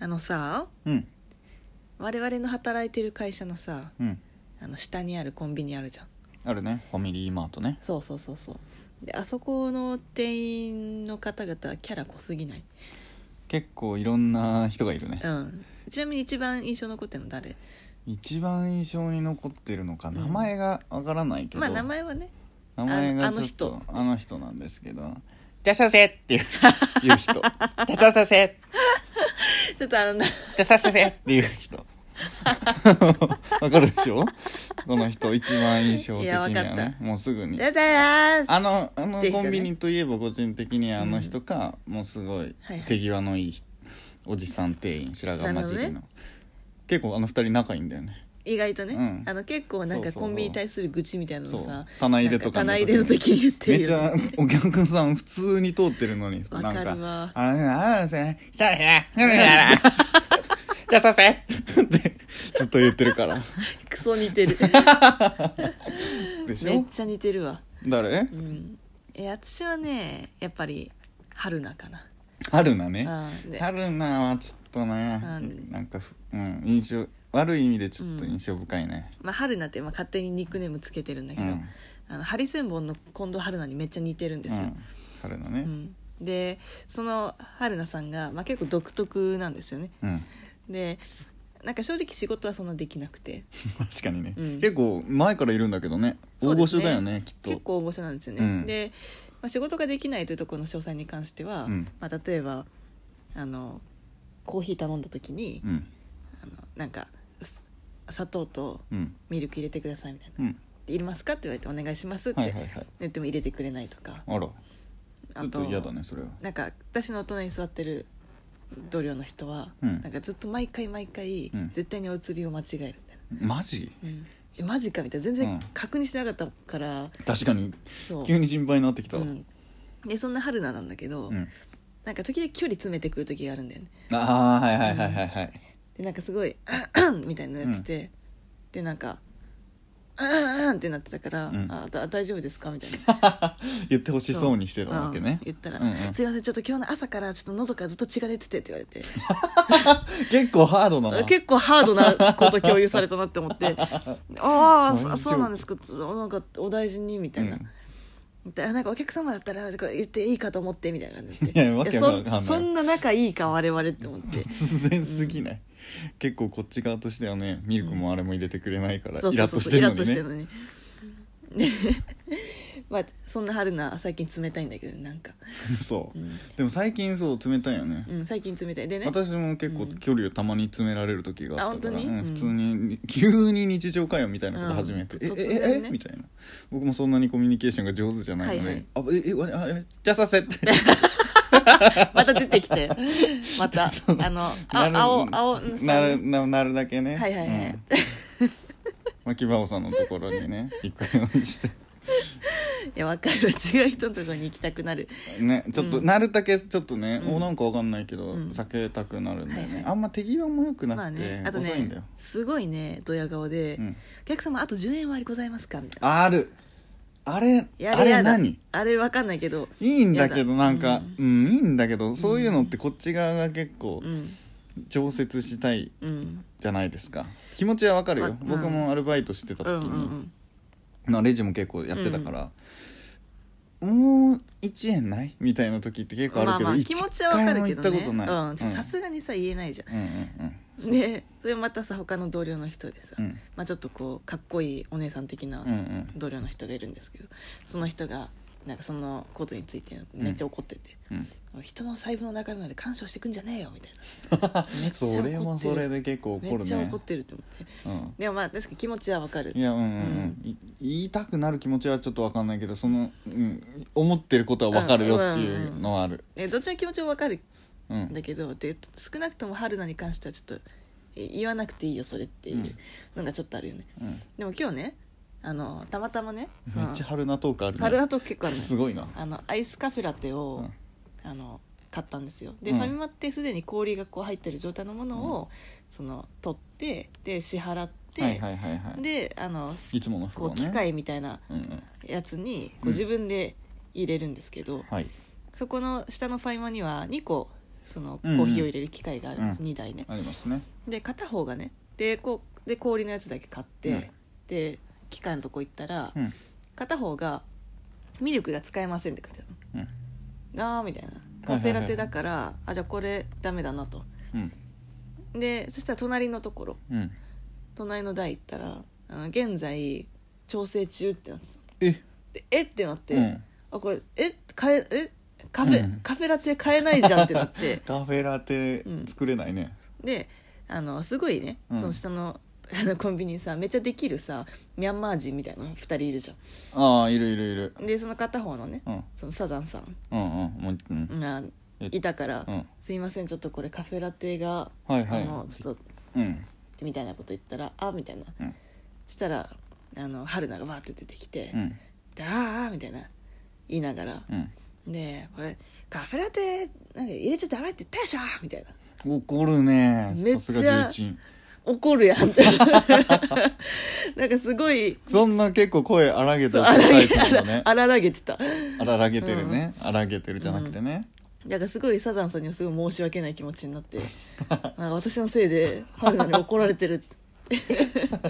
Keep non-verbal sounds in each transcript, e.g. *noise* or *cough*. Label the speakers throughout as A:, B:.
A: あのさ
B: うん
A: 我々の働いてる会社のさ
B: うん
A: あの下にあるコンビニあるじゃん
B: あるねファミリーマートね
A: そうそうそうそうであそこの店員の方々はキャラ濃すぎない
B: 結構いろんな人がいるね
A: うんちなみに一番印象残ってるの誰
B: 一番印象に残ってるのか
A: ん
B: 名前がわからないけど、
A: まあ名前はね
B: 名前
A: あ
B: が
A: の
B: ちょっとあの人なんですけど「じゃさせ!」っていういう *laughs* 人「じゃさせ!」
A: ちょっとあのな
B: じゃさせせっていう人 *laughs* わかるでしょこの人一番印象的にはい
A: やわかっ
B: ね
A: た
B: もうす
A: 「
B: ぐに
A: だだー
B: あのあの
A: っていう人
B: コ
A: ね
B: ンビニといえば個人的にはあの人か、もうすごい
A: はいはい
B: 手際のいいおじさん店員白髪混じり
A: な
B: の、
A: るほど
B: 結構あの二人仲いいんだよね
A: 意外とね、
B: うん
A: あの結構なんか
B: そうそうそう
A: コンビニに対する愚痴みたいなの
B: そう
A: さ
B: 棚入れとかの時
A: なん
B: に
A: 棚入れの時に言って
B: め
A: る
B: っち
A: よ、
B: ゃ
A: ね、
B: お客さん普通に通ってるのに
A: わ
B: な
A: か
B: ん
A: るわ
B: か「あれあれせじゃあねじゃあねじゃあさせ」ってずっと言ってるから
A: クソ似
B: *laughs*
A: てる
B: でし
A: めっ
B: ょ
A: ちゃ似てるわ
B: 誰
A: うんえ私はねやっぱり春菜かな
B: 春菜ね
A: うんね
B: 春菜はちょっとね
A: うん
B: なんかふうん印象悪い意味でちょっと印象深いね
A: まあ、春菜ってまあ勝手にニックネームつけてるんだけど、
B: うん
A: あのハリセンボンの近藤春菜にめっちゃ似てるんですよ。
B: うん、春菜
A: う
B: ね
A: んでその春菜さんが、まあ、結構独特なんですよね。
B: うん、 *laughs*
A: でなんか正直仕事はそんなできなくて
B: 確かにね、
A: うん
B: 結構前からいるんだけどね
A: そう
B: 大
A: で
B: 御
A: す
B: 所
A: ね
B: だよねきっと
A: 結構大御所なんですよね。
B: うん
A: で、まあ、仕事ができないというところの詳細に関しては、
B: うん
A: まあ、例えばあのコーヒー頼んだ時に、
B: うん
A: あのなんかす砂糖と
B: うん
A: ミルク入れてくださいみたいな
B: うん
A: 「でいりますか?」って言われて「お願いします」っ
B: はい
A: て
B: はいはい
A: 言っても入れてくれないとか。
B: あら
A: あ
B: ちょっ
A: と
B: と嫌だねそれは
A: なんか私の隣に座ってる同僚の人は、
B: うん
A: なんかずっと毎回毎回、
B: うん
A: 絶対にお釣りを間違えるみたい
B: マジ
A: な、えマジかみたいな全
B: うん
A: 然確認してなかったから、
B: 確かに
A: そう
B: 急に心配になってきた
A: う
B: わ
A: ん、でそんな春菜なんだけど、
B: うん
A: なんか時々距離詰めてくる時があるんだよね
B: ああはいはいはいはいはい
A: でなんかすごい *clears throat* 「00みたいなやつで、でなんか「うんうん」ってなってたから「
B: うん
A: あだ大丈夫ですか?」みたいな
B: *laughs* 言ってほしそうにしてたわけね
A: うん言ったら、
B: うんうん
A: すいませんちょっと今日の朝からちょっと喉からずっと血が出てて」って言われて
B: 結構ハードなの
A: 結構ハードなこと共有されたなって思ってあ
B: *laughs*
A: あ
B: 大丈
A: そ
B: 夫
A: そうなんですかなんかお大事にみたいな、でなんかお客様だったらこれ言っていいかと思ってみたいな感じで
B: *laughs* いやわけわかんない
A: やそそんな仲いいか我々って思
B: *laughs*
A: って
B: 突然すぎない、結構こっち側としてはねミルクもあれも入れてくれないから、
A: そう
B: イ
A: そ
B: ラ
A: う
B: ッ
A: そ
B: と
A: うそ
B: し
A: う
B: て
A: イ
B: る
A: ラ
B: の
A: ッと
B: に
A: して
B: ね
A: るのにね *laughs* まあそんな春菜最近冷たいんだけどなんか、
B: *laughs* そう、
A: うん
B: でも最近そう冷たいよね、
A: うん、最近冷たいでね
B: 私も結構距離をたまに詰められる時があったから、
A: あ本当に
B: うん
A: うん
B: 普通に急に日常会話みたいなこと初めて「
A: うん
B: え
A: 突
B: え
A: 然
B: え
A: ね
B: えみたいな僕もそんなにコミュニケーションが上手じゃないので「あええあえじゃあさせ」って
A: また出てき
B: *laughs*
A: てまたあの *laughs* あ青青さん
B: なるななるだけね
A: はいはい *laughs* はい、
B: うん牧場さんのところ
A: *laughs*
B: にね行くようにして
A: いや分かる *laughs* 違う人のところに行きたくなる
B: ねちょっと、
A: うん
B: なるだけちょっとね、
A: うん
B: おなんかわかんないけど、
A: うん
B: 避けたくなるんだよね、
A: はいはい
B: あんま手際も良くなくて、
A: まあねあと
B: 遅いんだ
A: ね
B: よ、
A: すごいねドヤ顔で、
B: うん
A: お客様あと10円割りございますか?」みたいな
B: あるあれ
A: 「や
B: あれ
A: やだ
B: 何
A: あれ分かんないけど
B: いいんだけど
A: やだ
B: なんかうん、いいんだけどそういうのってこっち側が結構
A: うん
B: 調節したい
A: うん
B: じゃないですか気持ちはわかるよ、
A: わうん
B: 僕もアルバイトしてた
A: うん
B: 時
A: う
B: に、
A: ん
B: まあレジも結構やってたから、もう1円ないみたいな時って結構ある
A: まあ
B: けど、
A: まあ気持ちは分かるけど
B: 一回も
A: ね
B: 行ったことない、
A: うん
B: うん
A: さすがにさ言えないじゃ
B: うんうん
A: ん *laughs* でそれまたさ他の同僚の人でさ、
B: うんうん
A: まあ、ちょっとこうかっこいいお姉さん的な
B: うんうん
A: 同僚の人がいるんですけどその人がなんかそのことについてめっちゃ怒ってて、
B: *laughs* うん
A: 人の財布の中身まで干渉してくんじゃねえよみたいなめっちゃ怒って
B: そ
A: る
B: れもそれで結構怒るね
A: めっちゃ怒ってると思って
B: うん
A: でもまあ確かに気持ちはわかる
B: いやうんうん、うん、い言いたくなる気持ちはちょっと分かんないけどその、うん、思ってることは分かるよっていうのはある
A: えどっちの気持ちもわかる
B: うん、
A: んだけどで少なくとも春菜に関してはちょっとえ言わなくていいよそれっていうのがちょっとあるよね、
B: うん
A: でも今日ねあのたまたまね
B: めっちゃ春菜トークあるね
A: 春菜と結構あるのよ
B: すごいな
A: あのアイスカフェラテを、
B: うん
A: あの買ったんですよで、
B: うん
A: ファミマってすでに氷がこう入ってる状態のものを、その取ってで支払って、
B: はいはいはいはい
A: であのす
B: いつもの服
A: こ
B: を
A: う
B: ね
A: 機械みたいな
B: うんうん
A: やつにこ
B: うん
A: う自分で入れるんですけど、
B: はい
A: そこの下のファイマには2個そのコ
B: うんうん
A: ーヒーを入れる機械があるんです、
B: うん
A: 2台ね
B: ありますね
A: で片方がねでこうで氷のやつだけ買って、
B: うん
A: で機械のとこ行ったら、
B: うん
A: 片方が「ミルクが使えません」って書いてある
B: うん
A: のあーみたいなカフェラテだから、あじゃあこれダメだなと
B: うん
A: でそしたら隣のところ
B: うん
A: 隣の台行ったら「あの現在調整中」ってなってた
B: え
A: でえってなって、
B: うん
A: あこれえ買ええカフェ、
B: うん
A: カフェラテ買えないじゃんってなって
B: カフェラテ作れないね、
A: であのすごいね、
B: うん
A: その下のあのコンビニさめっちゃできるさミャンマー人みたいな2人いるじゃ
B: ああいるいるいる
A: んでその片方のね、
B: うん
A: そのサザンさん
B: うんうんもううん
A: が
B: え
A: いたから「
B: うん
A: すいませんちょっとこれカフェラテが、
B: はいはい
A: あのちょっと
B: うん」
A: みたいなこと言ったら「あみたいな
B: うん
A: したらあの春菜がわーって出てきて
B: うん
A: 「であーあー」みたいな言いながら
B: うん
A: でこれカフェラテなんか入れちゃダメって言ったでしょみたいな
B: 怒るね
A: めっちゃ
B: さすが重鎮
A: 怒るやんって *laughs* なんかすごい
B: そんな結構声荒げた
A: 荒
B: タ
A: ら
B: イ
A: げ
B: プなのね
A: 荒らげてた
B: 荒らげてるね荒げてるじゃなくてね
A: なんかすごいサザンさんにもすごい申し訳ない気持ちになって
B: *laughs*
A: なんか私のせいで春菜に怒られてる
B: *laughs*
A: って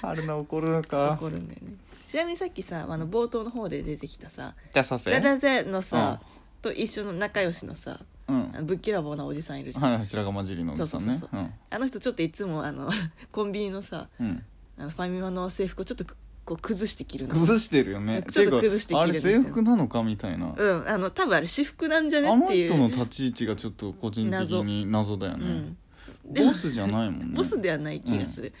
B: 春菜怒るのか
A: 怒るんだよねちなみにさっきさあの冒頭の方で出てきたさ
B: じゃあ
A: 「
B: させ
A: ダダダ」のさ、と一緒の仲良しのさ
B: うん
A: ぶっきらぼうなおじさんいるじゃん、
B: はい白髪混じりのおじさん
A: そ
B: ね
A: うそうそうあの人ちょっといつもあの *laughs* コンビニのさ
B: うんうん
A: あのファミマの制服をちょっとこう崩して着るの
B: 崩してるよね
A: ちょっと崩して
B: ていうか
A: きてるん
B: あれ
A: ですよ
B: 制服なのかみたいな
A: うんあの多分あれ私服なんじゃ
B: あ
A: ねっ
B: の
A: ていう
B: 人の立ち位置がちょっと個人的に謎だよ
A: う
B: ね
A: ん、
B: ボスじゃないもんね
A: ボスではない気がする、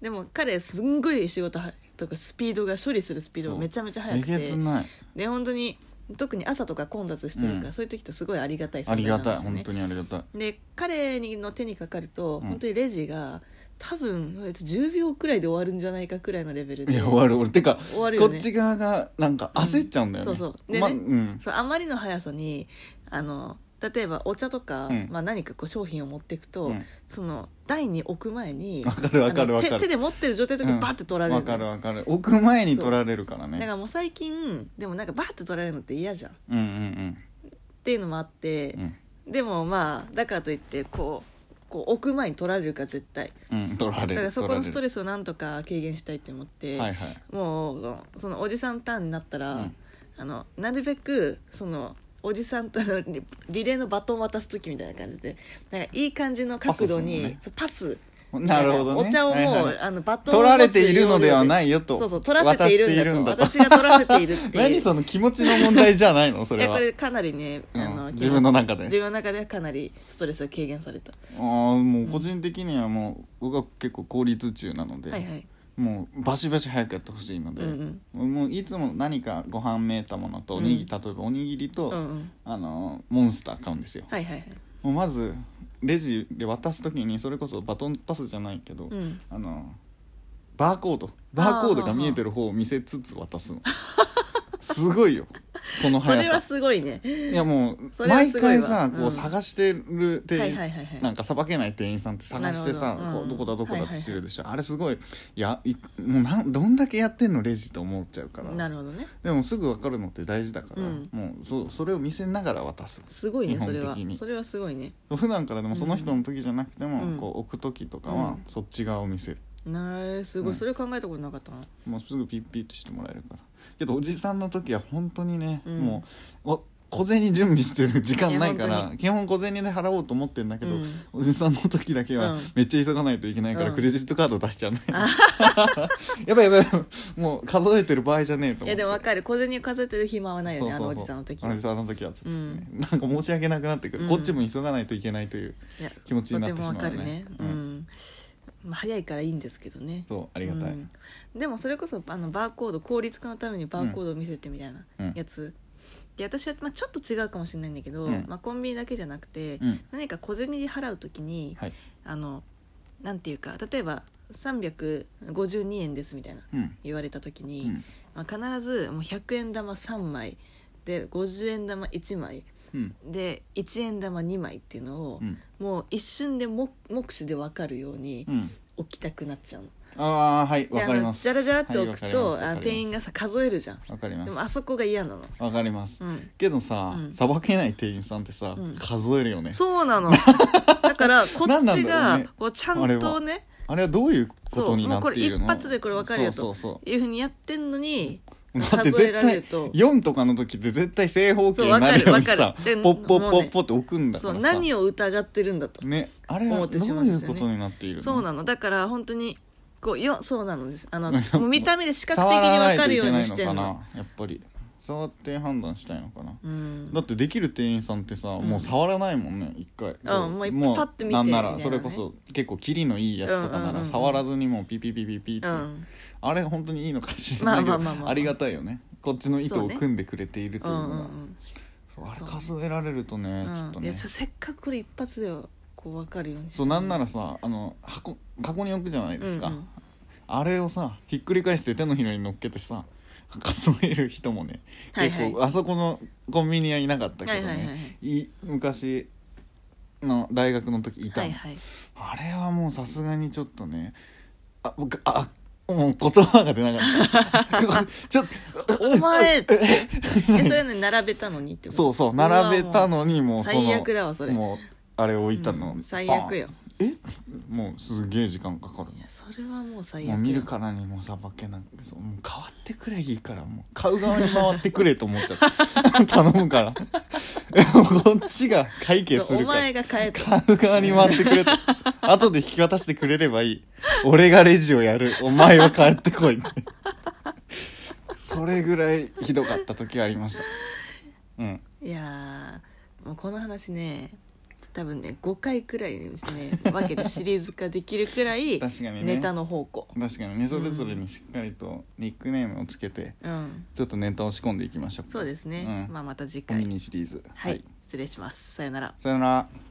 A: でも彼すんごい仕事はとかスピードが処理するスピードがめちゃめちゃ速く
B: えげ
A: て
B: つない
A: で本当に特に朝とか混雑してるから、
B: うん
A: そういう時ってすごいありがたい存
B: あ
A: 在
B: り
A: なん
B: が
A: で
B: たい
A: すよ
B: 本
A: ね
B: 当にありがたい
A: で彼の手にかかると、
B: ん
A: 本当にレジが多分えっと10秒くらいで終わるんじゃないかくらいのレベルで
B: いや終わ
A: る
B: る俺てか
A: 終わる
B: こ
A: よ
B: っ
A: ね
B: ち側がなんか焦っちゃうんだよね、
A: うんそうそうでね
B: まあうん
A: そうあまりの速さにあの例えばお茶とか、
B: うん
A: まあ、何かこう商品を持っていくと、
B: うん
A: その台に置く前に
B: わかるわかる
A: あの手
B: わかる
A: 手で持ってる状態の時
B: う
A: に
B: ん
A: バッて取られる
B: わ
A: の、
B: かるわかる置く前に取られるから
A: だか
B: ね
A: らもう最近でもなんかバッて取られるのって嫌じゃんっ
B: うんうん
A: ていうのもあって
B: う、ん
A: でもまあだからといってこうこう置く前に取られるから絶対
B: うん、うん、取ら
A: だ
B: れる
A: からそこのスト
B: レ
A: レスをなんとか軽減したいって思って、
B: はいはい
A: もうそのおじさんターンになったら、
B: うん
A: あのなるべくそのおじさんとのリリレーのバトン渡す時みたいな感じでなんかいい感じの角度にパス,、
B: なるほどね
A: お茶をもう、
B: はいはい
A: あのバトンを
B: 取られているのではないよと
A: そうそう取らせているんだと
B: 渡
A: 私
B: してい
A: が取らせているっていう
B: *laughs* 何その気持ちの問題じゃないのそ
A: い
B: れ
A: や
B: は
A: これかなりね、
B: うん
A: あの
B: 自分の中で
A: 自分の中ではかなりストレスが軽減された
B: あーもう個人的にはもう僕は結構効率中なので、
A: はいはい
B: もうバシバシ早くやってほしいので、
A: うん
B: もういつも何かご飯めいたものとおにぎり、例えばおにぎりと、
A: うんうん
B: あのモンスター買うんですよ、
A: はいはいはい
B: もうまずレジで渡す時にそれこそバトンパスじゃないけど、
A: うん
B: あのバーコードバーコードが見えてる方を見せつつ渡すのすごいよこの
A: そ
B: 速
A: れは
B: さ
A: すごいね
B: いやも
A: そうれはす
B: 毎
A: ごいわ
B: 回さこ
A: う
B: うん探してる店
A: は
B: 員、
A: いはいはいはい
B: なんかさばけない店員さんって探してさ
A: なるほ
B: こ
A: どう
B: うど
A: ん
B: こだどこだ
A: は
B: っ
A: いはい
B: て
A: はい
B: 知るでしょ、あれすごいいやいもうなんどんだけやってんのレジと思っちゃうから
A: なるほどね
B: でもすぐ分かるのって大事だから、
A: うん
B: もうそそれを見せながら渡す
A: すごいね
B: 基本
A: それ
B: 的
A: は
B: に
A: それはすごいね
B: 普段からでもその人の時じゃなくても、
A: うん
B: こう置く時とかはそっち側を見せる、
A: なーすごい、
B: うん
A: それを考えたことなかったな
B: もうすぐピッピッとしてもらえるからけどおじさんの時は本当にね、
A: うん
B: もうお小銭準備してる時間ないか
A: いや本
B: ら
A: 当
B: 基本小銭で払おうと思ってんだけど、
A: うん
B: おじさんの時だけ
A: う
B: は
A: ん
B: めっちゃ急がないといけないから
A: うん
B: クレジットカード出しちゃうね、 *laughs* やばいやばいやばいもう数えてる場合じゃねえと思って
A: いやでもわかる小銭数えてる暇はないよねあのおじさんの時
B: あの
A: は
B: お
A: い
B: じさんの時はちょっとね、なんか申し訳なくなってくる、
A: うん
B: こっちも急がないといけないという
A: や
B: 気持ちになってしまうね
A: とてもわかるねう、
B: うんん
A: まあ、早いからいいんですけどね
B: そうありがたい、
A: うんでもそれこそあのバーコード効率化のためにバーコードを見せてみたいな
B: うん
A: やつ、で私は、まあ、ちょっと違うかもしれないんだけど、
B: うん
A: まあ、コンビニだけじゃなくて、
B: うん
A: 何か小銭で払う時に、
B: はい
A: あのなんていうか例えば352円ですみたいな
B: うん
A: 言われた時に、
B: うん
A: まあ、必ずもう100円玉3枚で50円玉1枚
B: うん
A: で1円玉2枚っていうのを、
B: うん
A: もう一瞬でも目視で分かるように
B: うん
A: 置きたくなっちゃうの。
B: ああはい
A: で
B: わかります
A: あのジャラジャラって置くと、
B: はいわかります
A: あの店員がさ数えるじゃん
B: わかりま
A: ですもあそこが嫌なの
B: わかります、
A: うん
B: けどさ
A: うん
B: さば、けない店員さんってさ、
A: うん
B: 数えるよね
A: そうな
B: *laughs*
A: のだからこ
B: な
A: っ
B: んなん
A: ち
B: だろう
A: が
B: ね
A: こうちゃんとね
B: あれはどういうこ
A: そ
B: と
A: う
B: に
A: も
B: な
A: う
B: っ
A: これ
B: ている
A: 一
B: の
A: 発でこれ分かるよ
B: そ
A: と
B: うそう
A: いうふうにやってんのに
B: そうだって
A: 数え
B: 絶
A: られ
B: 対
A: ると
B: 4とかの時って絶対正方形にな
A: そ
B: る
A: う
B: よう
A: わ
B: に
A: かるわ
B: さ
A: かるで
B: ポッポ
A: も
B: ッ
A: う
B: ポ
A: ね
B: ッポって置くんだか
A: そう
B: らさ
A: 何を疑ってるんだと、
B: ねあれ
A: 思
B: は
A: っ
B: ど
A: てしまう
B: うんい
A: です
B: う
A: よね
B: ことになっているの
A: そうなのだから本当にこうよそうなのですあのも
B: *laughs* なんか
A: う見た目で視覚
B: 触
A: 的に
B: ら
A: 分
B: ない
A: か
B: と
A: る
B: い
A: よ
B: け
A: う
B: な
A: に
B: い
A: し
B: の
A: てん
B: か
A: の
B: なやっぱり触って判断したいのかな
A: うん
B: だってできる店員さんってさ、もう触らないもんね一回、そう
A: もうパッて見て
B: なんな
A: み
B: ら
A: た
B: そ
A: いなね
B: れこそ結構キリのいいやつとか
A: うんう
B: なん
A: うん
B: ら触らずにもうピピピピピって、
A: うん
B: あれ本当にいいのかしらないけど、
A: まあまあまあまあまあ
B: ありがたいよねこっちの意図
A: そう
B: を
A: ね
B: 組んでくれていると
A: う
B: いうんの
A: う
B: が
A: んうん
B: そうあれ数えられるとね、ちょっと
A: うんい
B: ね
A: やせせっかくこれ一発でこう分かるようにして
B: そうなんならさあの箱箱に置くじゃないですか、
A: うんうん
B: あれをさひっくり返して手のひらに乗っけてさ数える人もね、
A: はいはい
B: 結構あそこのコンビニはいなかったけどね、
A: はい
B: い
A: はいはいはい
B: 昔の大学の時いた
A: は
B: の、
A: いはい
B: あれはもうさすがにちょっとねあ僕あもう言葉が出な
A: *laughs*
B: かったちょっと
A: お前ってえそういうのに並べたのにってこと
B: そうそう並べた
A: うわ
B: のにもうその
A: 最悪だわそれ
B: もうあれ置いたの、
A: うん最悪よ
B: バンえもうすげえ時間かかる
A: もういやそれはもう最悪
B: もう見るからにもうさばけなくそうもう変わってくれいいからもう買う側に回ってくれと思っちゃった *laughs* 頼むからこっちが会計す
A: そうお
B: るから
A: 前が変えた
B: 買う側に回ってくれと後で引き渡してくれればいい俺がレジをやるお前は帰ってこいって *laughs* それぐらいひどかった時ありましたうん
A: いやーもうこの話ね多分ね5回くらいにですね分けてシリーズ化できるくらい
B: 確かに
A: ネ
B: ね
A: タの方向、
B: 確かにねそれぞれにしっかりとニックネームをつけて
A: うん、
B: ちょっとネタを仕込んでいきましょう
A: そうですね、
B: うん
A: まあままた次
B: コミ
A: 回
B: ニシリーズ
A: はい、失礼しますさよなら
B: さよなら